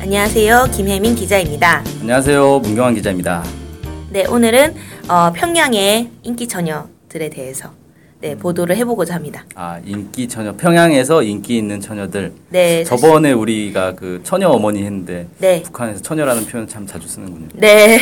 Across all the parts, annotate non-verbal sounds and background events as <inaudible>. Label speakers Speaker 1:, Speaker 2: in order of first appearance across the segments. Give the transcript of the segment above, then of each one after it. Speaker 1: 안녕하세요. 김혜민 기자입니다.
Speaker 2: 안녕하세요. 문경환 기자입니다.
Speaker 1: 네, 오늘은 어, 평양의 인기 처녀들에 대해서 네, 보도를 해보고자 합니다.
Speaker 2: 아, 인기 처녀. 평양에서 인기 있는 처녀들.
Speaker 1: 네, 사실-
Speaker 2: 저번에 우리가 그 처녀 어머니 했는데
Speaker 1: 네.
Speaker 2: 북한에서 처녀라는 표현 참 자주 쓰는군요.
Speaker 1: 네.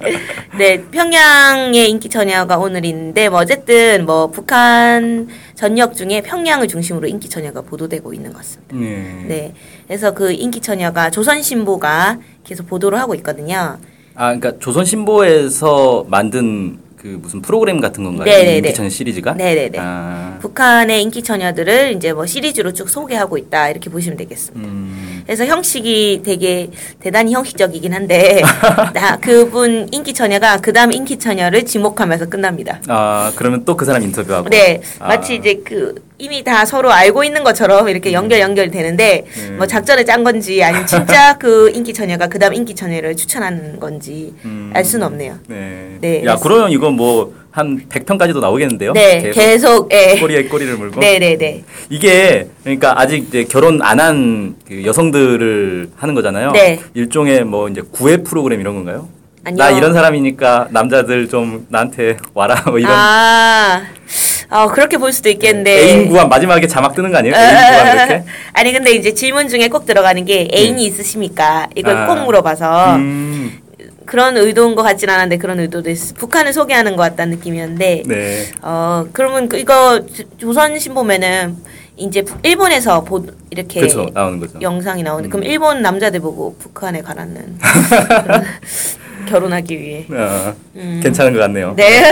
Speaker 1: <laughs> 네, 평양의 인기 처녀가 오늘 있는데 뭐 어쨌든 뭐 북한 전역 중에 평양을 중심으로 인기 처녀가 보도되고 있는 것 같습니다.
Speaker 2: 네.
Speaker 1: 네. 그래서 그 인기 처녀가 조선신보가 계속 보도를 하고 있거든요.
Speaker 2: 아, 그러니까 조선신보에서 만든 그 무슨 프로그램 같은 건가요?
Speaker 1: 네네네.
Speaker 2: 인기 처녀 시리즈가?
Speaker 1: 네네네.
Speaker 2: 아,
Speaker 1: 북한의 인기 처녀들을 이제 뭐 시리즈로 쭉 소개하고 있다 이렇게 보시면 되겠습니다.
Speaker 2: 음,
Speaker 1: 그래서 형식이 되게 대단히 형식적이긴
Speaker 2: <laughs>
Speaker 1: 한데 나 그분 인기 처녀가 그다음 인기 처녀를 지목하면서 끝납니다.
Speaker 2: 아 그러면 또 그 사람 인터뷰하고.
Speaker 1: 네,
Speaker 2: 아.
Speaker 1: 마치 이제 그 이미 다 서로 알고 있는 것처럼 이렇게 연결 연결이 되는데
Speaker 2: 음. 네.
Speaker 1: 뭐 작전을 짠 건지 아니면 진짜
Speaker 2: <laughs>
Speaker 1: 그 인기 처녀가 그다음 인기 처녀를 추천하는 건지
Speaker 2: 음.
Speaker 1: 알 수는 없네요.
Speaker 2: 네.
Speaker 1: 네,
Speaker 2: 야,
Speaker 1: 그래서-
Speaker 2: 그러면 이건 뭐 한 100편까지도 나오겠는데요?
Speaker 1: 네, 계속 예.
Speaker 2: 꼬리에 꼬리를 물고.
Speaker 1: 네, 네, 네.
Speaker 2: 이게 그러니까 아직 이제 결혼 안 한그 여성들을 하는 거잖아요.
Speaker 1: 네.
Speaker 2: 일종의 뭐 이제 구애 프로그램 이런 건가요?
Speaker 1: 아니요.
Speaker 2: 나 이런 사람이니까 남자들 좀 나한테 와라 뭐 이런 네,
Speaker 1: 아, 네. 아 그렇게 볼 수도 있겠는데. 어,
Speaker 2: 애인 구함 마지막에 자막 뜨는 거 아니에요? 애인 구함 이렇게.
Speaker 1: 아니 근데 이제 질문 중에 꼭 들어가는 게 애인이
Speaker 2: 네.
Speaker 1: 있으십니까? 이걸
Speaker 2: 아.
Speaker 1: 꼭 물어봐서
Speaker 2: 음,
Speaker 1: 그런 의도인 것 같진 않은데 그런 의도도 있어. 북한을 소개하는 것 같다는 느낌이었는데
Speaker 2: 네.
Speaker 1: 어 그러면 그- 이거 조- 조선신보면은 이제 북- 일본에서 보 이렇게
Speaker 2: 그렇죠. 나오는 거죠.
Speaker 1: 영상이 나오는데 그럼
Speaker 2: 음.
Speaker 1: 일본 남자들 보고 북한에
Speaker 2: <laughs>
Speaker 1: 가라는 그런- 결혼하기 위해
Speaker 2: 어, 괜찮은 것 같네요.
Speaker 1: 음. 네.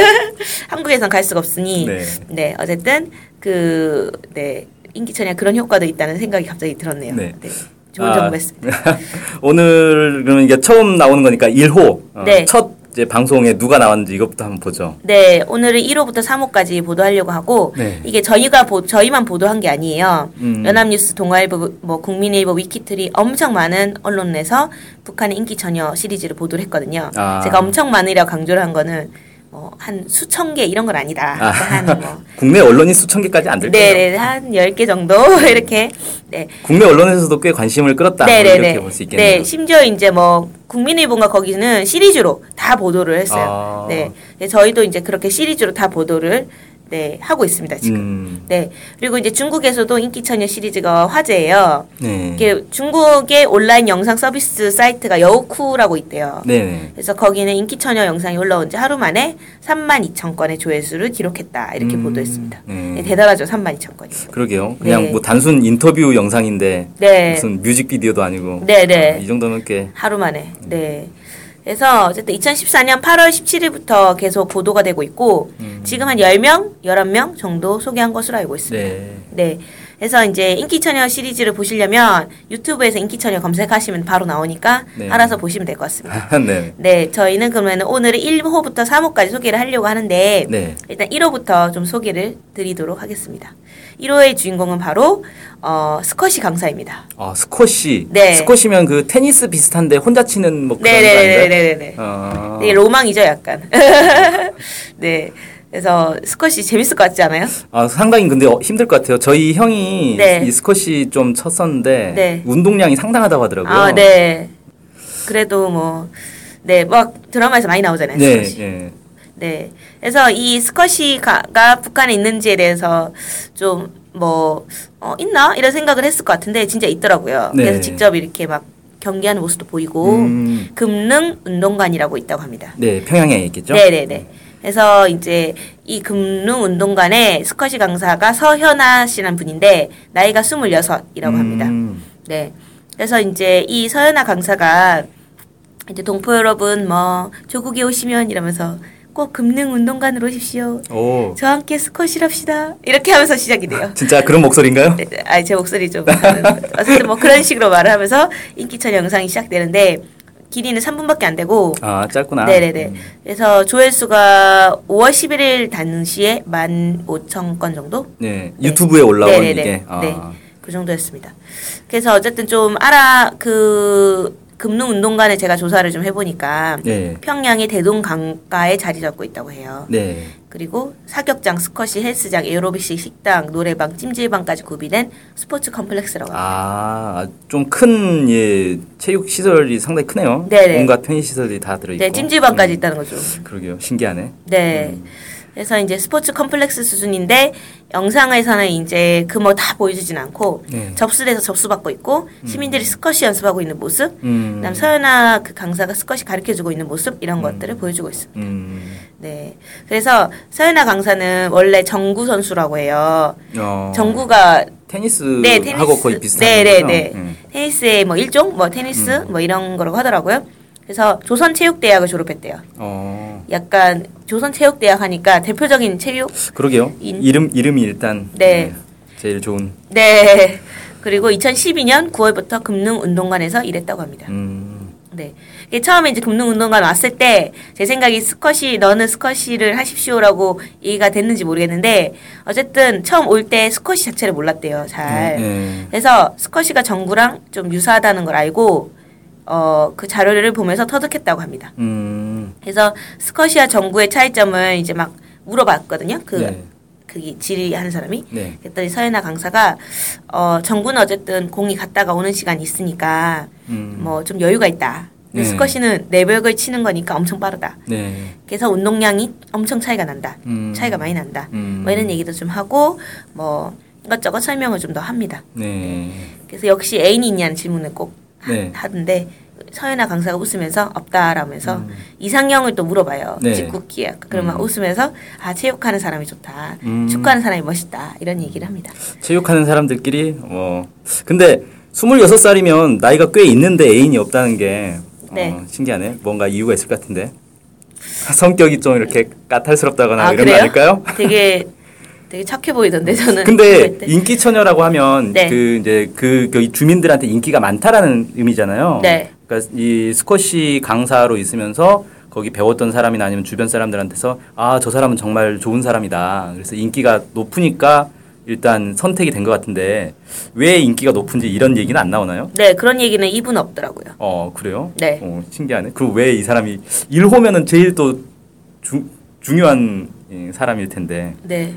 Speaker 1: 한국에선 갈 수가 없으니. 네.
Speaker 2: 네.
Speaker 1: 어쨌든 그 네. 인기천에 그런 효과도 있다는 생각이 갑자기 들었네요. 네.
Speaker 2: 네.
Speaker 1: 좋은
Speaker 2: 아,
Speaker 1: 정보였습니다.
Speaker 2: 오늘은 이게 처음 나오는 거니까 1호 어,
Speaker 1: 네.
Speaker 2: 첫 이제 방송에 누가 나왔는지 이것부터 한번 보죠.
Speaker 1: 네, 오늘은 1호부터 3호까지 보도하려고 하고
Speaker 2: 네.
Speaker 1: 이게 저희가 보, 저희만 보도한 게 아니에요.
Speaker 2: 음.
Speaker 1: 연합뉴스, 동아일보, 뭐 국민일보, 위키트리 엄청 많은 언론에서 북한의 인기 전혀 시리즈를 보도를 했거든요.
Speaker 2: 아.
Speaker 1: 제가 엄청 많으려 강조를 한 거는 뭐 한 수천 개 이런 건 아니다.
Speaker 2: 아.
Speaker 1: 한뭐
Speaker 2: 국내 언론이 수천 개까지 안 될 거예요.
Speaker 1: 네, 네, 한 10개 정도 <laughs> 이렇게 네.
Speaker 2: 국내 언론에서도 꽤 관심을 끌었다 뭐 이렇게 볼 수 있겠네요.
Speaker 1: 네, 심지어 이제 뭐 국민일보가 거기는 시리즈로 다 보도를 했어요.
Speaker 2: 아.
Speaker 1: 네, 네, 저희도 이제 그렇게 시리즈로 다 보도를 네 하고 있습니다 지금.
Speaker 2: 음,
Speaker 1: 네, 그리고 이제 중국에서도 인기처녀 시리즈가 화제예요.
Speaker 2: 네.
Speaker 1: 이게 중국의 온라인 영상 서비스 사이트가 여우쿠라고 있대요.
Speaker 2: 네네.
Speaker 1: 그래서 거기는 인기처녀 영상이 올라온 지 하루 만에 3만 2천 건의 조회수를 기록했다 이렇게
Speaker 2: 음,
Speaker 1: 보도했습니다.
Speaker 2: 네.
Speaker 1: 네, 대단하죠, 3만 2천 건이.
Speaker 2: 그러게요. 그냥
Speaker 1: 네.
Speaker 2: 뭐 단순 인터뷰 영상인데
Speaker 1: 네,
Speaker 2: 무슨 뮤직비디오도 아니고
Speaker 1: 네네.
Speaker 2: 어, 이 정도면 꽤
Speaker 1: 하루 만에. 네. 그래서 어쨌든 2014년 8월 17일부터 계속 보도가 되고 있고
Speaker 2: 음.
Speaker 1: 지금 한 10명, 11명 정도 소개한 것으로 알고 있습니다.
Speaker 2: 네.
Speaker 1: 네. 그래서 이제 인기처녀 시리즈를 보시려면 유튜브에서 인기처녀 검색하시면 바로 나오니까
Speaker 2: 네.
Speaker 1: 알아서 보시면 될 것 같습니다.
Speaker 2: 네.
Speaker 1: 네, 저희는 그러면 오늘은 1호부터 3호까지 소개를 하려고 하는데
Speaker 2: 네.
Speaker 1: 일단 1호부터 좀 소개를 드리도록 하겠습니다. 1호의 주인공은 바로 어, 스쿼시 강사입니다.
Speaker 2: 어, 스쿼시.
Speaker 1: 네.
Speaker 2: 스쿼시면 그 테니스 비슷한데 혼자 치는 뭐 그런
Speaker 1: 네, 네, 네, 네,
Speaker 2: 거아닌가요
Speaker 1: 네, 네.
Speaker 2: 어.
Speaker 1: 네, 로망이죠, 약간. <laughs> 네. 그래서 스쿼시 재밌을 것 같지 않아요?
Speaker 2: 아, 상당히 근데 어, 힘들 것 같아요. 저희 형이
Speaker 1: 네.
Speaker 2: 이 스쿼시 좀 쳤었는데
Speaker 1: 네.
Speaker 2: 운동량이 상당하다고 하더라고요.
Speaker 1: 아, 네. 그래도 뭐, 네, 막 드라마에서 많이 나오잖아요,
Speaker 2: 네.
Speaker 1: 스쿼시.
Speaker 2: 네.
Speaker 1: 네. 그래서 이 스쿼시가 북한에 있는지에 대해서 좀 뭐, 어, 있나? 이런 생각을 했을 것 같은데 진짜 있더라고요.
Speaker 2: 네.
Speaker 1: 그래서 직접 이렇게 막 경기하는 모습도 보이고,
Speaker 2: 음.
Speaker 1: 금능 운동관이라고 있다고 합니다.
Speaker 2: 네, 평양에 있겠죠?
Speaker 1: 네네네. 그래서 이제 이 금릉 운동관의 스쿼시 강사가 서현아 씨라는 분인데 나이가 26이라고 합니다.
Speaker 2: 음.
Speaker 1: 네. 그래서 이제 이 서현아 강사가 이제 동포 여러분 뭐 조국에 오시면 이러면서 꼭 금릉 운동관으로 오십시오.
Speaker 2: 오.
Speaker 1: 저와 함께 스쿼시를 합시다. 이렇게 하면서 시작이 돼요.
Speaker 2: 진짜 그런
Speaker 1: 네.
Speaker 2: 목소리인가요?
Speaker 1: 아제 목소리 좀 어쨌든 뭐 그런 식으로 말을 하면서 인기천 영상이 시작되는데 길이는 3분밖에 안 되고
Speaker 2: 아 짧구나.
Speaker 1: 네네네.
Speaker 2: 음.
Speaker 1: 그래서 조회수가 5월 11일 당시에 15,000건 정도?
Speaker 2: 네 유튜브에 올라온
Speaker 1: 네네네.
Speaker 2: 이게. 아,
Speaker 1: 네. 그 정도였습니다. 그래서 어쨌든 좀 알아 그 금능 운동관에 제가 조사를 좀 해보니까
Speaker 2: 네.
Speaker 1: 평양이 대동 강가에 자리 잡고 있다고 해요.
Speaker 2: 네.
Speaker 1: 그리고 사격장, 스쿼시, 헬스장, 에어로빅식 식당, 노래방, 찜질방까지 구비된 스포츠 컴플렉스라고 합니다.
Speaker 2: 아, 좀 큰 예, 체육 시설이 상당히 크네요.
Speaker 1: 네네.
Speaker 2: 온갖 편의 시설이 다 들어 있고.
Speaker 1: 네, 찜질방까지
Speaker 2: 음.
Speaker 1: 있다는 거죠.
Speaker 2: 그러게요. 신기하네.
Speaker 1: 네.
Speaker 2: 음.
Speaker 1: 그래서 이제 스포츠 컴플렉스 수준인데 영상에서는 이제 그 뭐 다 보여주진 않고
Speaker 2: 네.
Speaker 1: 접수돼서 접수받고 있고 시민들이 스쿼시 연습하고 있는 모습,
Speaker 2: 음.
Speaker 1: 그다음 서연아 그 강사가 스쿼시 가르쳐 주고 있는 모습 이런 것들을 보여주고 있습니다.
Speaker 2: 음.
Speaker 1: 네. 그래서 서연아 강사는 원래 정구 선수라고 해요.
Speaker 2: 어.
Speaker 1: 정구가
Speaker 2: 테니스
Speaker 1: 네, 테니스.
Speaker 2: 하고 거의 비슷한
Speaker 1: 네, 네,
Speaker 2: 거죠?
Speaker 1: 네.
Speaker 2: 음.
Speaker 1: 테니스의 뭐 일종 뭐 테니스 뭐 이런 거라고 하더라고요. 그래서 조선체육대학을 졸업했대요.
Speaker 2: 어.
Speaker 1: 약간 조선체육대학 하니까 대표적인 체육
Speaker 2: 그러게요.
Speaker 1: 인-
Speaker 2: 이름 이름이 일단
Speaker 1: 네.
Speaker 2: 예, 제일 좋은
Speaker 1: 네. 그리고 2012년 9월부터 금능운동관에서 일했다고 합니다.
Speaker 2: 음.
Speaker 1: 네. 이게 처음에 이제 금능운동관 왔을 때 제 생각이 스쿼시 너는 스쿼시를 하십시오라고 얘기가 됐는지 모르겠는데 어쨌든 처음 올 때 스쿼시 자체를 몰랐대요. 잘.
Speaker 2: 예.
Speaker 1: 그래서 스쿼시가 정구랑 좀 유사하다는 걸 알고 어 그 자료를 보면서 터득했다고 합니다.
Speaker 2: 음.
Speaker 1: 그래서 스쿼시와 정구의 차이점을 이제 막 물어봤거든요. 그
Speaker 2: 네.
Speaker 1: 그게 질의하는 사람이
Speaker 2: 네.
Speaker 1: 그랬더니 서연아 강사가 어 정구는 어쨌든 공이 갔다가 오는 시간이 있으니까
Speaker 2: 음.
Speaker 1: 뭐 좀 여유가 있다. 근데
Speaker 2: 네.
Speaker 1: 스쿼시는 내벽을 치는 거니까 엄청 빠르다.
Speaker 2: 네.
Speaker 1: 그래서 운동량이 엄청 차이가 난다.
Speaker 2: 음.
Speaker 1: 차이가 많이 난다.
Speaker 2: 음.
Speaker 1: 뭐 이런 얘기도 좀 하고 뭐 이것저것 설명을 좀 더 합니다.
Speaker 2: 네.
Speaker 1: 그래서 역시 애인이 있냐는 질문을 꼭 하-
Speaker 2: 네.
Speaker 1: 하던데 서연아 강사가 웃으면서 없다라면서 이상형을 또 물어봐요.
Speaker 2: 음. 네.
Speaker 1: 직구기에 그러면
Speaker 2: 음.
Speaker 1: 웃으면서 아 체육하는 사람이 좋다.
Speaker 2: 음.
Speaker 1: 축구하는 사람이 멋있다. 이런 얘기를 합니다.
Speaker 2: 체육하는 사람들끼리 어 근데 26살이면 나이가 꽤 있는데 애인이 없다는 게 어,
Speaker 1: 네.
Speaker 2: 신기하네. 뭔가 이유가 있을 것 같은데. 성격이 좀 이렇게 까탈스럽다거나
Speaker 1: 아,
Speaker 2: 이런
Speaker 1: 그래요?
Speaker 2: 거 아닐까요?
Speaker 1: 되게 되게 착해 보이던데 저는.
Speaker 2: 근데
Speaker 1: 그때.
Speaker 2: 인기 처녀라고 하면
Speaker 1: 네.
Speaker 2: 그 이제 그, 그 주민들한테 인기가 많다라는 의미잖아요.
Speaker 1: 네.
Speaker 2: 그러니까 이 스쿼시 강사로 있으면서 거기 배웠던 사람이나 아니면 주변 사람들한테서 아 저 사람은 정말 좋은 사람이다. 그래서 인기가 높으니까 일단 선택이 된 것 같은데 왜 인기가 높은지 이런 얘기는 안 나오나요?
Speaker 1: 네 그런 얘기는 이분 없더라고요.
Speaker 2: 어 그래요?
Speaker 1: 네.
Speaker 2: 어, 신기하네. 그리고 왜 이 사람이 일호면은 제일 또 주, 중요한 예, 사람일 텐데
Speaker 1: 네.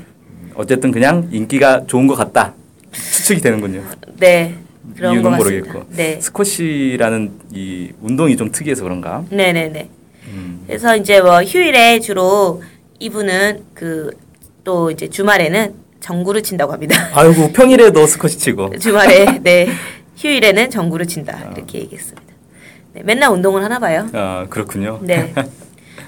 Speaker 2: 어쨌든 그냥 인기가 좋은 것 같다 추측이 되는군요.
Speaker 1: 네. 그런
Speaker 2: 이유는
Speaker 1: 것 같습니다.
Speaker 2: 모르겠고.
Speaker 1: 네.
Speaker 2: 스쿼시라는 이 운동이 좀 특이해서 그런가?
Speaker 1: 네네네.
Speaker 2: 음.
Speaker 1: 그래서 이제 뭐 휴일에 주로 이분은 그 또 이제 주말에는 정구를 친다고 합니다. <laughs>
Speaker 2: 아이고 평일에도 스쿼시 치고.
Speaker 1: 주말에 네 휴일에는 정구를 친다 이렇게 얘기했습니다. 네, 맨날 운동을 하나 봐요.
Speaker 2: 아 그렇군요.
Speaker 1: 네.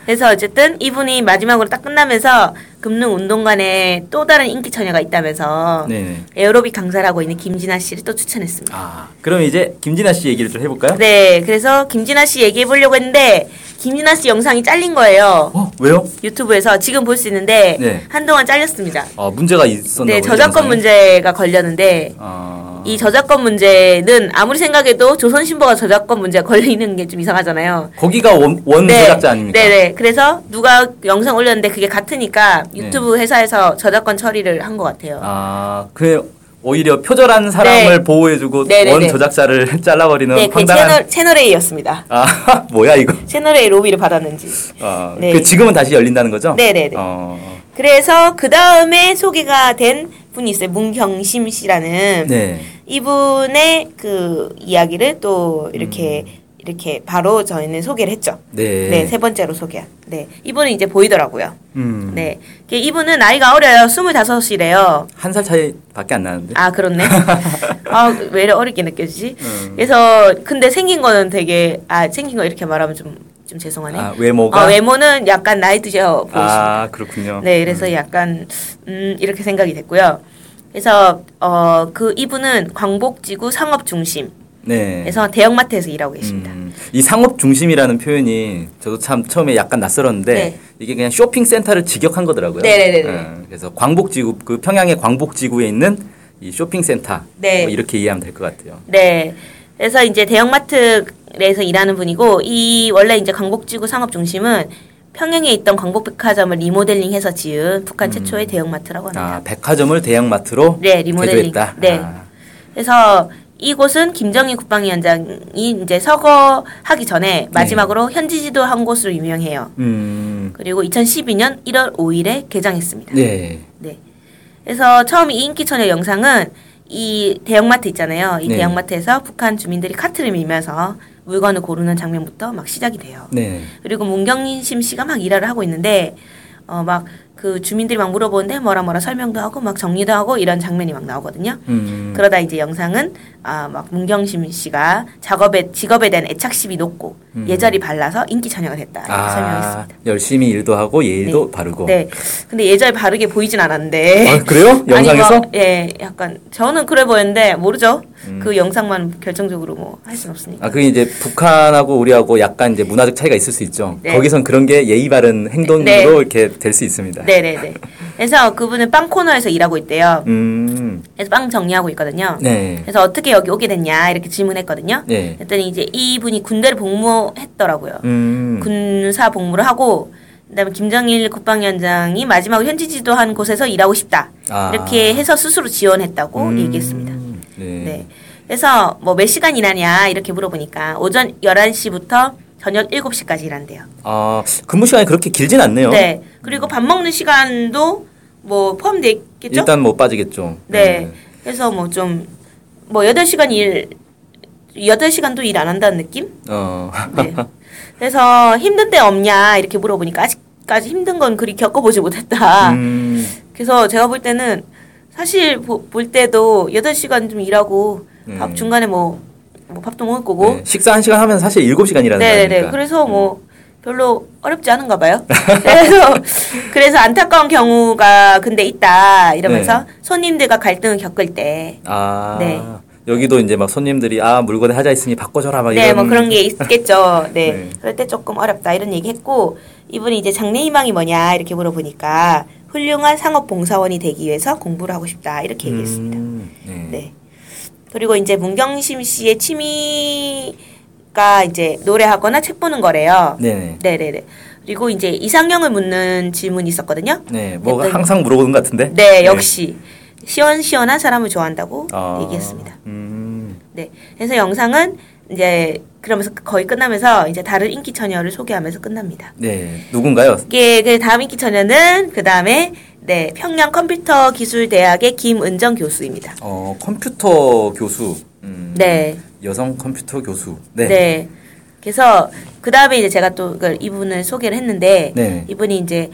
Speaker 1: 그래서 어쨌든 이분이 마지막으로 딱 끝나면서 금능 운동관에 또 다른 인기 처녀가 있다면서
Speaker 2: 네.
Speaker 1: 에어로빅 강사를 하고 있는 김진아 씨를 또 추천했습니다.
Speaker 2: 아 그럼 이제 김진아 씨 얘기를 좀 해볼까요?
Speaker 1: 네, 그래서 김진아 씨 얘기해 보려고 했는데 김진아 씨 영상이 잘린 거예요.
Speaker 2: 어 왜요?
Speaker 1: 유튜브에서 지금 볼 수 있는데
Speaker 2: 네.
Speaker 1: 한동안 잘렸습니다.
Speaker 2: 아 문제가 있었나
Speaker 1: 네,
Speaker 2: 보네요,
Speaker 1: 저작권
Speaker 2: 영상에.
Speaker 1: 문제가 걸렸는데
Speaker 2: 아
Speaker 1: 이 저작권 문제는 아무리 생각해도 조선신보가 저작권 문제가 걸리는 게 좀 이상하잖아요. 네.
Speaker 2: 거기가 원, 원 제작자 아닙니까?
Speaker 1: 네네. 그래서 누가 영상 올렸는데 그게 같으니까
Speaker 2: 네.
Speaker 1: 유튜브 회사에서 저작권 처리를 한 것 같아요.
Speaker 2: 아그 오히려 표절한 사람을 보호해주고
Speaker 1: 네네네.
Speaker 2: 원 저작자를 <laughs> 잘라버리는
Speaker 1: 네, 그
Speaker 2: 황당한
Speaker 1: 채널, 채널 A였습니다.
Speaker 2: 아 <laughs> 뭐야 이거?
Speaker 1: 채널 A 로비를 받았는지.
Speaker 2: 아,
Speaker 1: 네.
Speaker 2: 그 지금은 다시 열린다는 거죠?
Speaker 1: 네네네.
Speaker 2: 어,
Speaker 1: 그래서 그 다음에 소개가 된 분이 있어요. 문경심 씨라는
Speaker 2: 네.
Speaker 1: 이분의 그 이야기를 또 이렇게 이렇게 바로 저희는 소개를 했죠.
Speaker 2: 음. 네.
Speaker 1: 네, 세 번째로 소개한. 네, 이분은 이제 보이더라고요.
Speaker 2: 음.
Speaker 1: 네, 그 이분은 나이가 어려요. 스물다섯이래요.
Speaker 2: 한 살 차이밖에 안 나는데.
Speaker 1: 아
Speaker 2: <laughs>
Speaker 1: 그렇네. 아왜 이렇게 어렵게 느껴지지?
Speaker 2: 음.
Speaker 1: 그래서 근데 생긴 거는 되게 아 생긴 거 이렇게 말하면 좀 좀 죄송하네.
Speaker 2: 아, 외모가?
Speaker 1: 아, 외모는 약간 나이 드셔 보이십니다.
Speaker 2: 아, 그렇군요.
Speaker 1: 네, 그래서 약간 음 이렇게 생각이 됐고요. 그래서 어 그 이분은 광복지구 상업 중심에서
Speaker 2: 네.
Speaker 1: 대형마트에서 일하고 계십니다.
Speaker 2: 음, 이 상업 중심이라는 표현이 저도 참 처음에 약간 낯설었는데
Speaker 1: 네.
Speaker 2: 이게 그냥 쇼핑 센터를 직역한 거더라고요.
Speaker 1: 네네네네.
Speaker 2: 음, 그래서 광복지구 그 평양의 광복지구에 있는 이 쇼핑 센터
Speaker 1: 네.
Speaker 2: 뭐 이렇게 이해하면 될 것 같아요.
Speaker 1: 네. 그래서 이제 대형마트 에서 일하는 분이고 이 원래 이제 광복지구 상업 중심은 평양에 있던 광복백화점을 리모델링해서 지은 북한 최초의 대형마트라고 합니다.
Speaker 2: 아, 백화점을 대형마트로
Speaker 1: 네, 리모델링.
Speaker 2: 개조했다.
Speaker 1: 네.
Speaker 2: 아,
Speaker 1: 그래서 이곳은 김정일 국방위원장이 이제 서거하기
Speaker 2: 네.
Speaker 1: 전에 마지막으로 현지 지도한 곳으로 유명해요.
Speaker 2: 음,
Speaker 1: 그리고 2012년 1월 5일에 개장했습니다.
Speaker 2: 네.
Speaker 1: 그래서 처음 이 인기천여 영상은 이 대형마트 있잖아요. 이
Speaker 2: 네.
Speaker 1: 대형마트에서 북한 주민들이 카트를 밀면서 물건을 고르는 장면부터 막 시작이 돼요.
Speaker 2: 네.
Speaker 1: 그리고 문경심 씨가 막 일화를 하고 있는데 어 막 그 주민들이 막 물어보는데 뭐라 뭐라 설명도 하고 막 정리도 하고 이런 장면이 막 나오거든요.
Speaker 2: 음,
Speaker 1: 그러다 이제 영상은 아 막 문경심 씨가 작업에 직업에 대한 애착심이 높고 예절이 발라서 인기 전역을 했다 이렇게
Speaker 2: 음. 아,
Speaker 1: 설명했습니다.
Speaker 2: 열심히 일도 하고 예의도 바르고.
Speaker 1: 네, 근데 예절 바르게 보이진 않았는데
Speaker 2: 뭐.
Speaker 1: <laughs>
Speaker 2: 아, 그래요? 영상에서?
Speaker 1: 아니, 뭐, 예, 약간 저는 그래 보였는데 모르죠.
Speaker 2: 음.
Speaker 1: 그 영상만 결정적으로 뭐 할 순 없으니까.
Speaker 2: 아, 그게 이제 북한하고 우리하고 약간 이제 문화적 차이가 있을 수 있죠.
Speaker 1: 네.
Speaker 2: 거기선 그런 게 예의 바른 행동으로
Speaker 1: 네.
Speaker 2: 이렇게 될 수 있습니다.
Speaker 1: 네네네. 그래서 그분은 빵 코너에서 일하고 있대요.
Speaker 2: 음,
Speaker 1: 그래서 빵 정리하고 있거든요.
Speaker 2: 네.
Speaker 1: 그래서 어떻게 여기 오게 됐냐 이렇게 질문했거든요.
Speaker 2: 네.
Speaker 1: 그랬더니 이제 이분이 군대를 복무했더라고요.
Speaker 2: 음,
Speaker 1: 군사 복무를 하고 그다음에 김정일 국방위원장이 마지막으로 현지 지도한 곳에서 일하고 싶다
Speaker 2: 아.
Speaker 1: 이렇게 해서 스스로 지원했다고
Speaker 2: 음,
Speaker 1: 어, 얘기했습니다.
Speaker 2: 네.
Speaker 1: 네. 그래서 뭐 몇 시간 일하냐 이렇게 물어보니까 오전 11시부터 저녁 7시까지 일한대요.
Speaker 2: 아, 근무 시간이 그렇게 길진 않네요.
Speaker 1: 네. 그리고 밥 먹는 시간도 뭐 포함되어 있겠죠?
Speaker 2: 일단 못 빠지겠죠.
Speaker 1: 네. 그래서 뭐 좀 뭐 8시간 일 8시간도 일 안 한다는 느낌?
Speaker 2: 네. 어.
Speaker 1: 네. 그래서 힘든 데 없냐 이렇게 물어보니까 아직까지 힘든 건 그리 겪어보지 못했다.
Speaker 2: <laughs> 음,
Speaker 1: 그래서 제가 볼 때는 사실 보- 볼 때도 8시간 좀 일하고 밥
Speaker 2: 음.
Speaker 1: 중간에 뭐, 뭐 밥도 먹을 거고
Speaker 2: 네. 식사 한 시간 하면 사실 일곱 시간이라는
Speaker 1: 네네네.
Speaker 2: 거니까. 음.
Speaker 1: 그래서 뭐 별로 어렵지 않은가
Speaker 2: <laughs>
Speaker 1: 봐요. 그래서 그래서 안타까운 경우가 근데 있다
Speaker 2: 네.
Speaker 1: 이러면서 손님들과 갈등을 겪을 때.
Speaker 2: 아.
Speaker 1: 네.
Speaker 2: 여기도 이제 막 손님들이 아 물건에 하자 있으니 바꿔줘라 막 어, 이런. 음.
Speaker 1: 네, 뭐 그런 게
Speaker 2: <laughs>
Speaker 1: 있겠죠. 네.
Speaker 2: 네.
Speaker 1: 그럴 때 조금 어렵다 이런 얘기 했고, 이분이 이제 장래희망이 뭐냐 이렇게 물어보니까 훌륭한 상업봉사원이 되기 위해서 공부를 하고 싶다 이렇게 얘기했습니다.
Speaker 2: 음, 네.
Speaker 1: 네. 그리고 이제 문경심 씨의 취미가 이제 노래하거나 책 보는 거래요.
Speaker 2: 네네.
Speaker 1: 네네네. 그리고 이제 이상형을 묻는 질문이 있었거든요.
Speaker 2: 네. 뭐가
Speaker 1: 일단-
Speaker 2: 항상 물어보는 것 같은데.
Speaker 1: 네, 역시 시원시원한 사람을 좋아한다고
Speaker 2: 아,
Speaker 1: 얘기했습니다.
Speaker 2: 음.
Speaker 1: 네. 그래서 영상은 이제 그러면서 거의 끝나면서 이제 다른 인기 처녀를 소개하면서 끝납니다.
Speaker 2: 네. 누군가요?
Speaker 1: 이게 그 다음 인기 처녀는 그 다음에 네 평양 컴퓨터 기술 대학의 김은정 교수입니다.
Speaker 2: 어 컴퓨터 교수. 음,
Speaker 1: 네.
Speaker 2: 여성 컴퓨터 교수.
Speaker 1: 네.
Speaker 2: 네.
Speaker 1: 그래서 그 다음에 이제 제가 또 그 이분을 소개를 했는데
Speaker 2: 네.
Speaker 1: 이분이 이제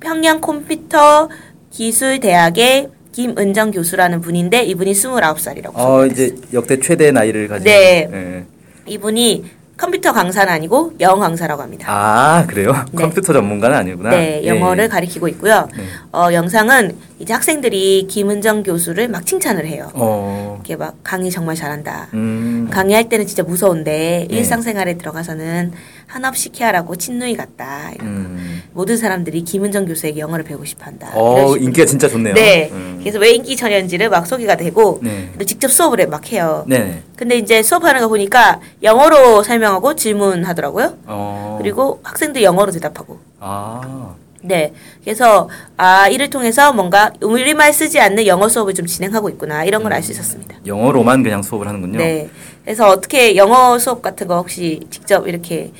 Speaker 1: 평양 컴퓨터 기술 대학의 김은정 교수라는 분인데 이분이 29살이라고.
Speaker 2: 어 이제 역대 최대 나이를 가진.
Speaker 1: 네.
Speaker 2: 네.
Speaker 1: 이분이 컴퓨터 강사는 아니고 영어 강사라고 합니다.
Speaker 2: 아 그래요?
Speaker 1: 네.
Speaker 2: 컴퓨터 전문가는 아니구나.
Speaker 1: 네, 영어를
Speaker 2: 예.
Speaker 1: 가리키고 있고요.
Speaker 2: 네.
Speaker 1: 어, 영상은 이제 학생들이 김은정 교수를 막 칭찬을 해요.
Speaker 2: 어.
Speaker 1: 이렇게 막 강의 정말 잘한다.
Speaker 2: 음.
Speaker 1: 강의할 때는 진짜 무서운데
Speaker 2: 네.
Speaker 1: 일상생활에 들어가서는 한없이 케어하고 친누이 같다. 이런
Speaker 2: 음.
Speaker 1: 모든 사람들이 김은정 교수에게 영어를 배우고 싶어한다.
Speaker 2: 어
Speaker 1: 이런 식으로.
Speaker 2: 인기가 진짜 좋네요.
Speaker 1: 네.
Speaker 2: 음.
Speaker 1: 그래서 왜 인기 전현지를 막 소개가 되고
Speaker 2: 네.
Speaker 1: 또 직접 수업을 해- 막 해요.
Speaker 2: 네.
Speaker 1: 근데 이제 수업하는 거 보니까 영어로 설명하고 질문하더라고요.
Speaker 2: 어.
Speaker 1: 그리고 학생들 영어로 대답하고.
Speaker 2: 아.
Speaker 1: 네. 그래서 아 이를 통해서 뭔가 우리말 쓰지 않는 영어 수업을 좀 진행하고 있구나 이런 걸 알
Speaker 2: 음.
Speaker 1: 수 있었습니다.
Speaker 2: 영어로만 그냥 수업을 하는군요.
Speaker 1: 네. 그래서 어떻게 영어 수업 같은 거 혹시 직접 이렇게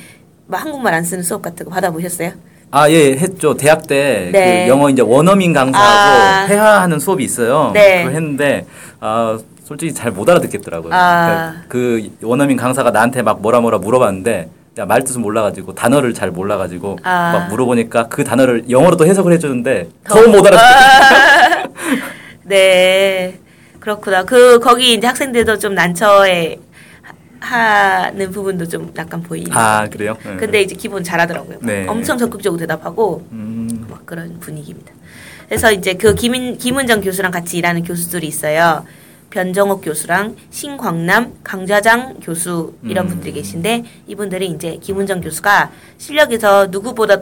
Speaker 1: 막 한국말 안 쓰는 수업 같은 거 받아보셨어요?
Speaker 2: 아, 예, 했죠. 대학 때,
Speaker 1: 네.
Speaker 2: 그 영어 이제 원어민
Speaker 1: 아.
Speaker 2: 강사하고 회화하는 수업이 있어요.
Speaker 1: 네.
Speaker 2: 그걸 했는데, 아, 솔직히 잘 못 알아듣겠더라고요.
Speaker 1: 아.
Speaker 2: 그러니까 그 원어민 강사가 나한테 막 뭐라 뭐라 물어봤는데, 야, 말뜻은 몰라가지고, 단어를 잘 몰라가지고,
Speaker 1: 아.
Speaker 2: 막 물어보니까 그 단어를 영어로 또 해석을 해주는데, 더 못 알아듣겠더라고요.
Speaker 1: 네. 그렇구나. 그 거기 이제 학생들도 좀 난처해 하- 하는 부분도 좀 약간 보이는.
Speaker 2: 아, 그래요? 네.
Speaker 1: 근데 이제 기본 잘하더라고요.
Speaker 2: 네.
Speaker 1: 엄청 적극적으로 대답하고
Speaker 2: 음,
Speaker 1: 막 그런 분위기입니다. 그래서 이제 그 김인, 김은정 교수랑 같이 일하는 교수들이 있어요. 변정옥 교수랑 신광남, 강좌장 교수 이런
Speaker 2: 음.
Speaker 1: 분들이 계신데 이분들이 이제 김은정 교수가 실력에서 누구보다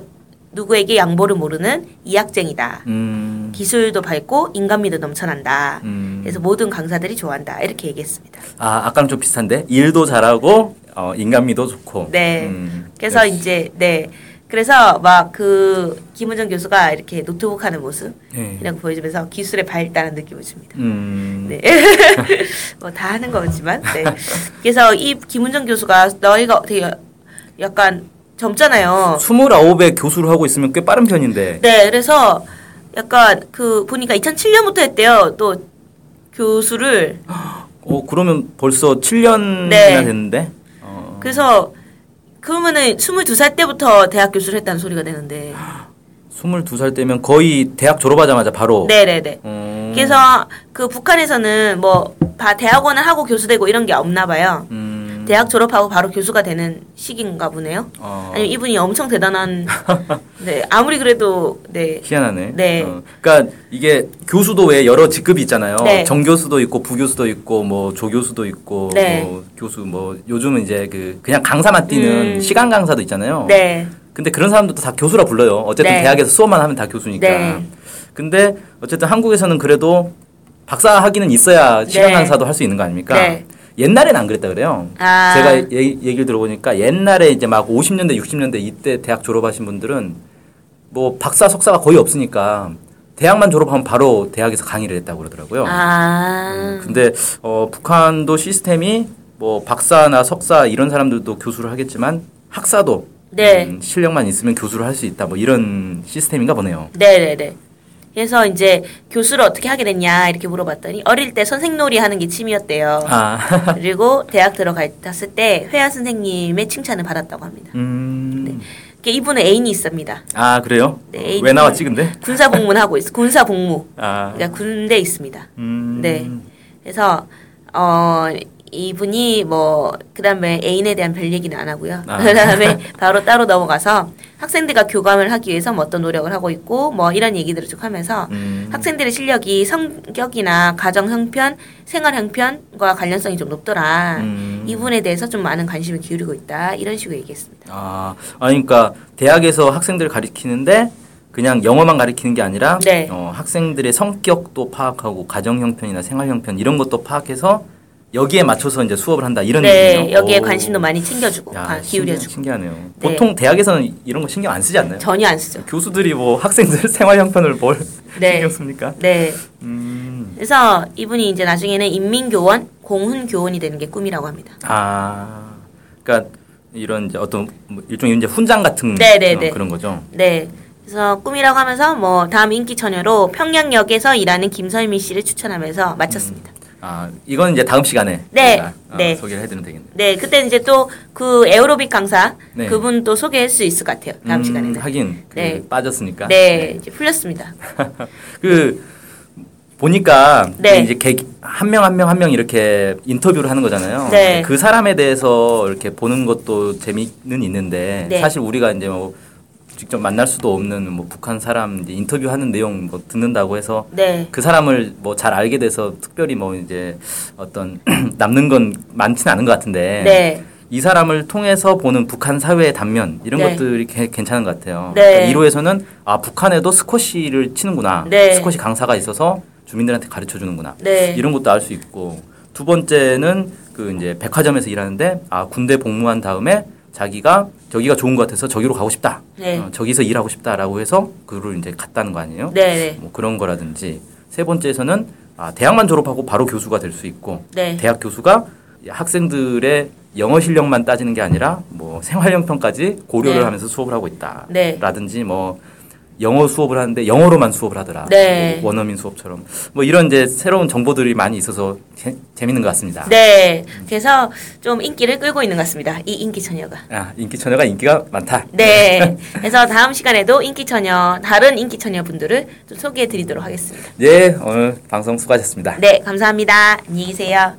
Speaker 1: 누구에게 양보를 모르는 이학쟁이다.
Speaker 2: 음.
Speaker 1: 기술도 밝고 인간미도 넘쳐난다.
Speaker 2: 음.
Speaker 1: 그래서 모든 강사들이 좋아한다. 이렇게 얘기했습니다.
Speaker 2: 아, 아까랑 좀 비슷한데 일도 잘하고 어, 인간미도 좋고.
Speaker 1: 네.
Speaker 2: 음,
Speaker 1: 그래서
Speaker 2: 역시.
Speaker 1: 이제 네. 그래서 막 그 김은정 교수가 이렇게 노트북 하는 모습
Speaker 2: 예.
Speaker 1: 이런 거 보여주면서 기술의 발달한 느낌을 줍니다.
Speaker 2: 음.
Speaker 1: 네. 뭐 다 하는 거지만.
Speaker 2: <laughs>
Speaker 1: 네. 그래서 이 김은정 교수가 너희가 되게 약간 젊잖아요.
Speaker 2: 29에 교수를 하고 있으면 꽤 빠른 편인데.
Speaker 1: 네, 그래서 약간 그 보니까 2007년부터 했대요. 또 교수를
Speaker 2: 어, 그러면 벌써 7년이나
Speaker 1: 네.
Speaker 2: 됐는데. 어.
Speaker 1: 그래서 그러면은 22살 때부터 대학 교수를 했다는 소리가 되는데.
Speaker 2: 22살 때면 거의 대학 졸업하자마자 바로
Speaker 1: 네, 네, 네.
Speaker 2: 음.
Speaker 1: 그래서 그 북한에서는 뭐 다 대학원을 하고 교수되고 이런 게 없나 봐요.
Speaker 2: 음.
Speaker 1: 대학 졸업하고 바로 교수가 되는 시기인가 보네요.
Speaker 2: 어.
Speaker 1: 아니 이분이 엄청
Speaker 2: <laughs>
Speaker 1: 대단한 네 아무리 그래도 네
Speaker 2: 희한하네.
Speaker 1: 네.
Speaker 2: 어, 그러니까 이게 교수도 왜 여러 직급이 있잖아요.
Speaker 1: 네.
Speaker 2: 정교수도 있고 부교수도 있고 뭐 조교수도 있고
Speaker 1: 네.
Speaker 2: 뭐 교수 뭐 요즘은 이제 그 그냥 강사만 뛰는
Speaker 1: 음.
Speaker 2: 시간 강사도 있잖아요.
Speaker 1: 네.
Speaker 2: 근데 그런 사람들도 다 교수라 불러요. 어쨌든
Speaker 1: 네.
Speaker 2: 대학에서 수업만 하면 다 교수니까.
Speaker 1: 네.
Speaker 2: 근데 어쨌든 한국에서는 그래도 박사 학위는 있어야 시간
Speaker 1: 네.
Speaker 2: 강사도 할 수 있는 거 아닙니까?
Speaker 1: 네.
Speaker 2: 옛날엔 안 그랬다 그래요.
Speaker 1: 아.
Speaker 2: 제가 얘, 얘기를 들어보니까 옛날에 이제 막 50년대, 60년대 이때 대학 졸업하신 분들은 뭐 박사, 석사가 거의 없으니까 대학만 졸업하면 바로 대학에서 강의를 했다고 그러더라고요.
Speaker 1: 아.
Speaker 2: 근데 어, 북한도 시스템이 뭐 박사나 석사 이런 사람들도 교수를 하겠지만 학사도
Speaker 1: 네.
Speaker 2: 음, 실력만 있으면 교수를 할 수 있다 뭐 이런 시스템인가 보네요.
Speaker 1: 네네네. 그래서 이제 교수를 어떻게 하게 됐냐 이렇게 물어봤더니 어릴 때 선생놀이 하는 게 취미였대요.
Speaker 2: 아, <laughs>
Speaker 1: 그리고 대학 들어갔을 때 회화 선생님의 칭찬을 받았다고 합니다.
Speaker 2: 음,
Speaker 1: 이게 이분은 애인이 있습니다.
Speaker 2: 아 그래요?
Speaker 1: 네,
Speaker 2: 왜 나왔지 근데?
Speaker 1: 군사 복무하고 있어. 군사 복무.
Speaker 2: 아,
Speaker 1: 그러니까 군대 있습니다.
Speaker 2: 음,
Speaker 1: 네. 그래서 어 이분이 뭐 그다음에 애인에 대한 별 얘기는 안 하고요.
Speaker 2: 아.
Speaker 1: <laughs>
Speaker 2: <laughs>
Speaker 1: 그다음에 바로 따로 넘어가서 학생들과 교감을 하기 위해서 뭐 어떤 노력을 하고 있고 뭐 이런 얘기들을 쭉 하면서
Speaker 2: 음.
Speaker 1: 학생들의 실력이 성격이나 가정 형편, 생활 형편과 관련성이 좀 높더라.
Speaker 2: 음.
Speaker 1: 이분에 대해서 좀 많은 관심을 기울이고 있다. 이런 식으로 얘기했습니다.
Speaker 2: 아, 아니, 그러니까 대학에서 학생들을 가리키는데 그냥 영어만 가리키는 게 아니라
Speaker 1: 네.
Speaker 2: 어, 학생들의 성격도 파악하고 가정 형편이나 생활 형편 이런 것도 파악해서 여기에 맞춰서 이제 수업을 한다 이런
Speaker 1: 네,
Speaker 2: 얘기네요.
Speaker 1: 여기에
Speaker 2: 오.
Speaker 1: 관심도 많이 챙겨주고
Speaker 2: 야,
Speaker 1: 가-
Speaker 2: 신기하-
Speaker 1: 기울여주고
Speaker 2: 신기하네요.
Speaker 1: 네.
Speaker 2: 보통 대학에서는 이런 거 신경 안 쓰지 않나요?
Speaker 1: 전혀 안 쓰죠.
Speaker 2: 교수들이 뭐 학생들 <laughs> 생활 형편을 뭘
Speaker 1: 네.
Speaker 2: 신경 씁니까?
Speaker 1: 네.
Speaker 2: 음.
Speaker 1: 그래서 이분이 이제 나중에는 인민교원, 공훈교원이 되는 게 꿈이라고 합니다.
Speaker 2: 아. 그러니까 이런 이제 어떤 뭐 일종의 이제 훈장 같은
Speaker 1: 네, 네,
Speaker 2: 어,
Speaker 1: 네.
Speaker 2: 그런 거죠.
Speaker 1: 네. 그래서 꿈이라고 하면서 뭐 다음 인기 처녀로 평양역에서 일하는 김설미 씨를 추천하면서 마쳤습니다.
Speaker 2: 아, 이건 이제 다음 시간에
Speaker 1: 네,
Speaker 2: 저희가, 어,
Speaker 1: 네.
Speaker 2: 소개를 해 드리면 되겠네요.
Speaker 1: 네, 그때 이제 또 그 에어로빅 강사
Speaker 2: 네.
Speaker 1: 그분 또 소개할 수 있을 것 같아요. 다음
Speaker 2: 음,
Speaker 1: 시간에는.
Speaker 2: 하긴 그
Speaker 1: 네.
Speaker 2: 빠졌으니까.
Speaker 1: 네, 이제 풀렸습니다.
Speaker 2: 그 보니까
Speaker 1: 네.
Speaker 2: 이제 한명 한 명 한 명 이렇게 인터뷰를 하는 거잖아요.
Speaker 1: 네.
Speaker 2: 그 사람에 대해서 이렇게 보는 것도 재미는 있는데
Speaker 1: 네.
Speaker 2: 사실 우리가 이제 뭐 직접 만날 수도 없는 뭐 북한 사람 이제 인터뷰하는 내용 뭐 듣는다고 해서
Speaker 1: 네.
Speaker 2: 그 사람을 뭐 잘 알게 돼서 특별히 뭐 이제 어떤 <clears throat> 남는 건 많지는 않은 것 같은데
Speaker 1: 네.
Speaker 2: 이 사람을 통해서 보는 북한 사회의 단면 이런
Speaker 1: 네.
Speaker 2: 것들이 개- 괜찮은 것 같아요.
Speaker 1: 네.
Speaker 2: 그러니까 1호에서는 아 북한에도 스쿼시를 치는구나.
Speaker 1: 네.
Speaker 2: 스쿼시 강사가 있어서 주민들한테 가르쳐 주는구나.
Speaker 1: 네.
Speaker 2: 이런 것도 알 수 있고 두 번째는 그 이제 백화점에서 일하는데 아 군대 복무한 다음에 자기가 저기가 좋은 것 같아서 저기로 가고 싶다.
Speaker 1: 네.
Speaker 2: 어, 저기서 일하고 싶다라고 해서 그를 이제 갔다는 거 아니에요?
Speaker 1: 네.
Speaker 2: 뭐 그런 거라든지 세 번째에서는 아, 대학만 졸업하고 바로 교수가 될 수 있고
Speaker 1: 네.
Speaker 2: 대학 교수가 학생들의 영어 실력만 따지는 게 아니라 뭐 생활 형편까지 고려를
Speaker 1: 네.
Speaker 2: 하면서 수업을 하고 있다.
Speaker 1: 네.
Speaker 2: 라든지 뭐 영어 수업을 하는데 영어로만 수업을 하더라.
Speaker 1: 네.
Speaker 2: 뭐 원어민 수업처럼 뭐 이런 이제 새로운 정보들이 많이 있어서 재, 재밌는 것 같습니다.
Speaker 1: 네. 그래서 좀 인기를 끌고 있는 것 같습니다. 이 인기 처녀가.
Speaker 2: 아, 인기 처녀가 인기가 많다. <laughs>
Speaker 1: 네. 그래서 다음 시간에도 인기처녀, 다른 인기처녀 분들을 좀 소개해 드리도록 하겠습니다.
Speaker 2: 예, 오늘 방송 수고하셨습니다.
Speaker 1: 네, 감사합니다. 안녕히 계세요.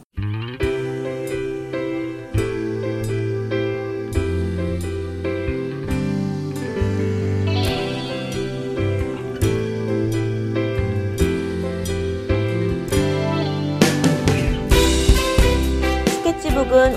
Speaker 1: 스케치북은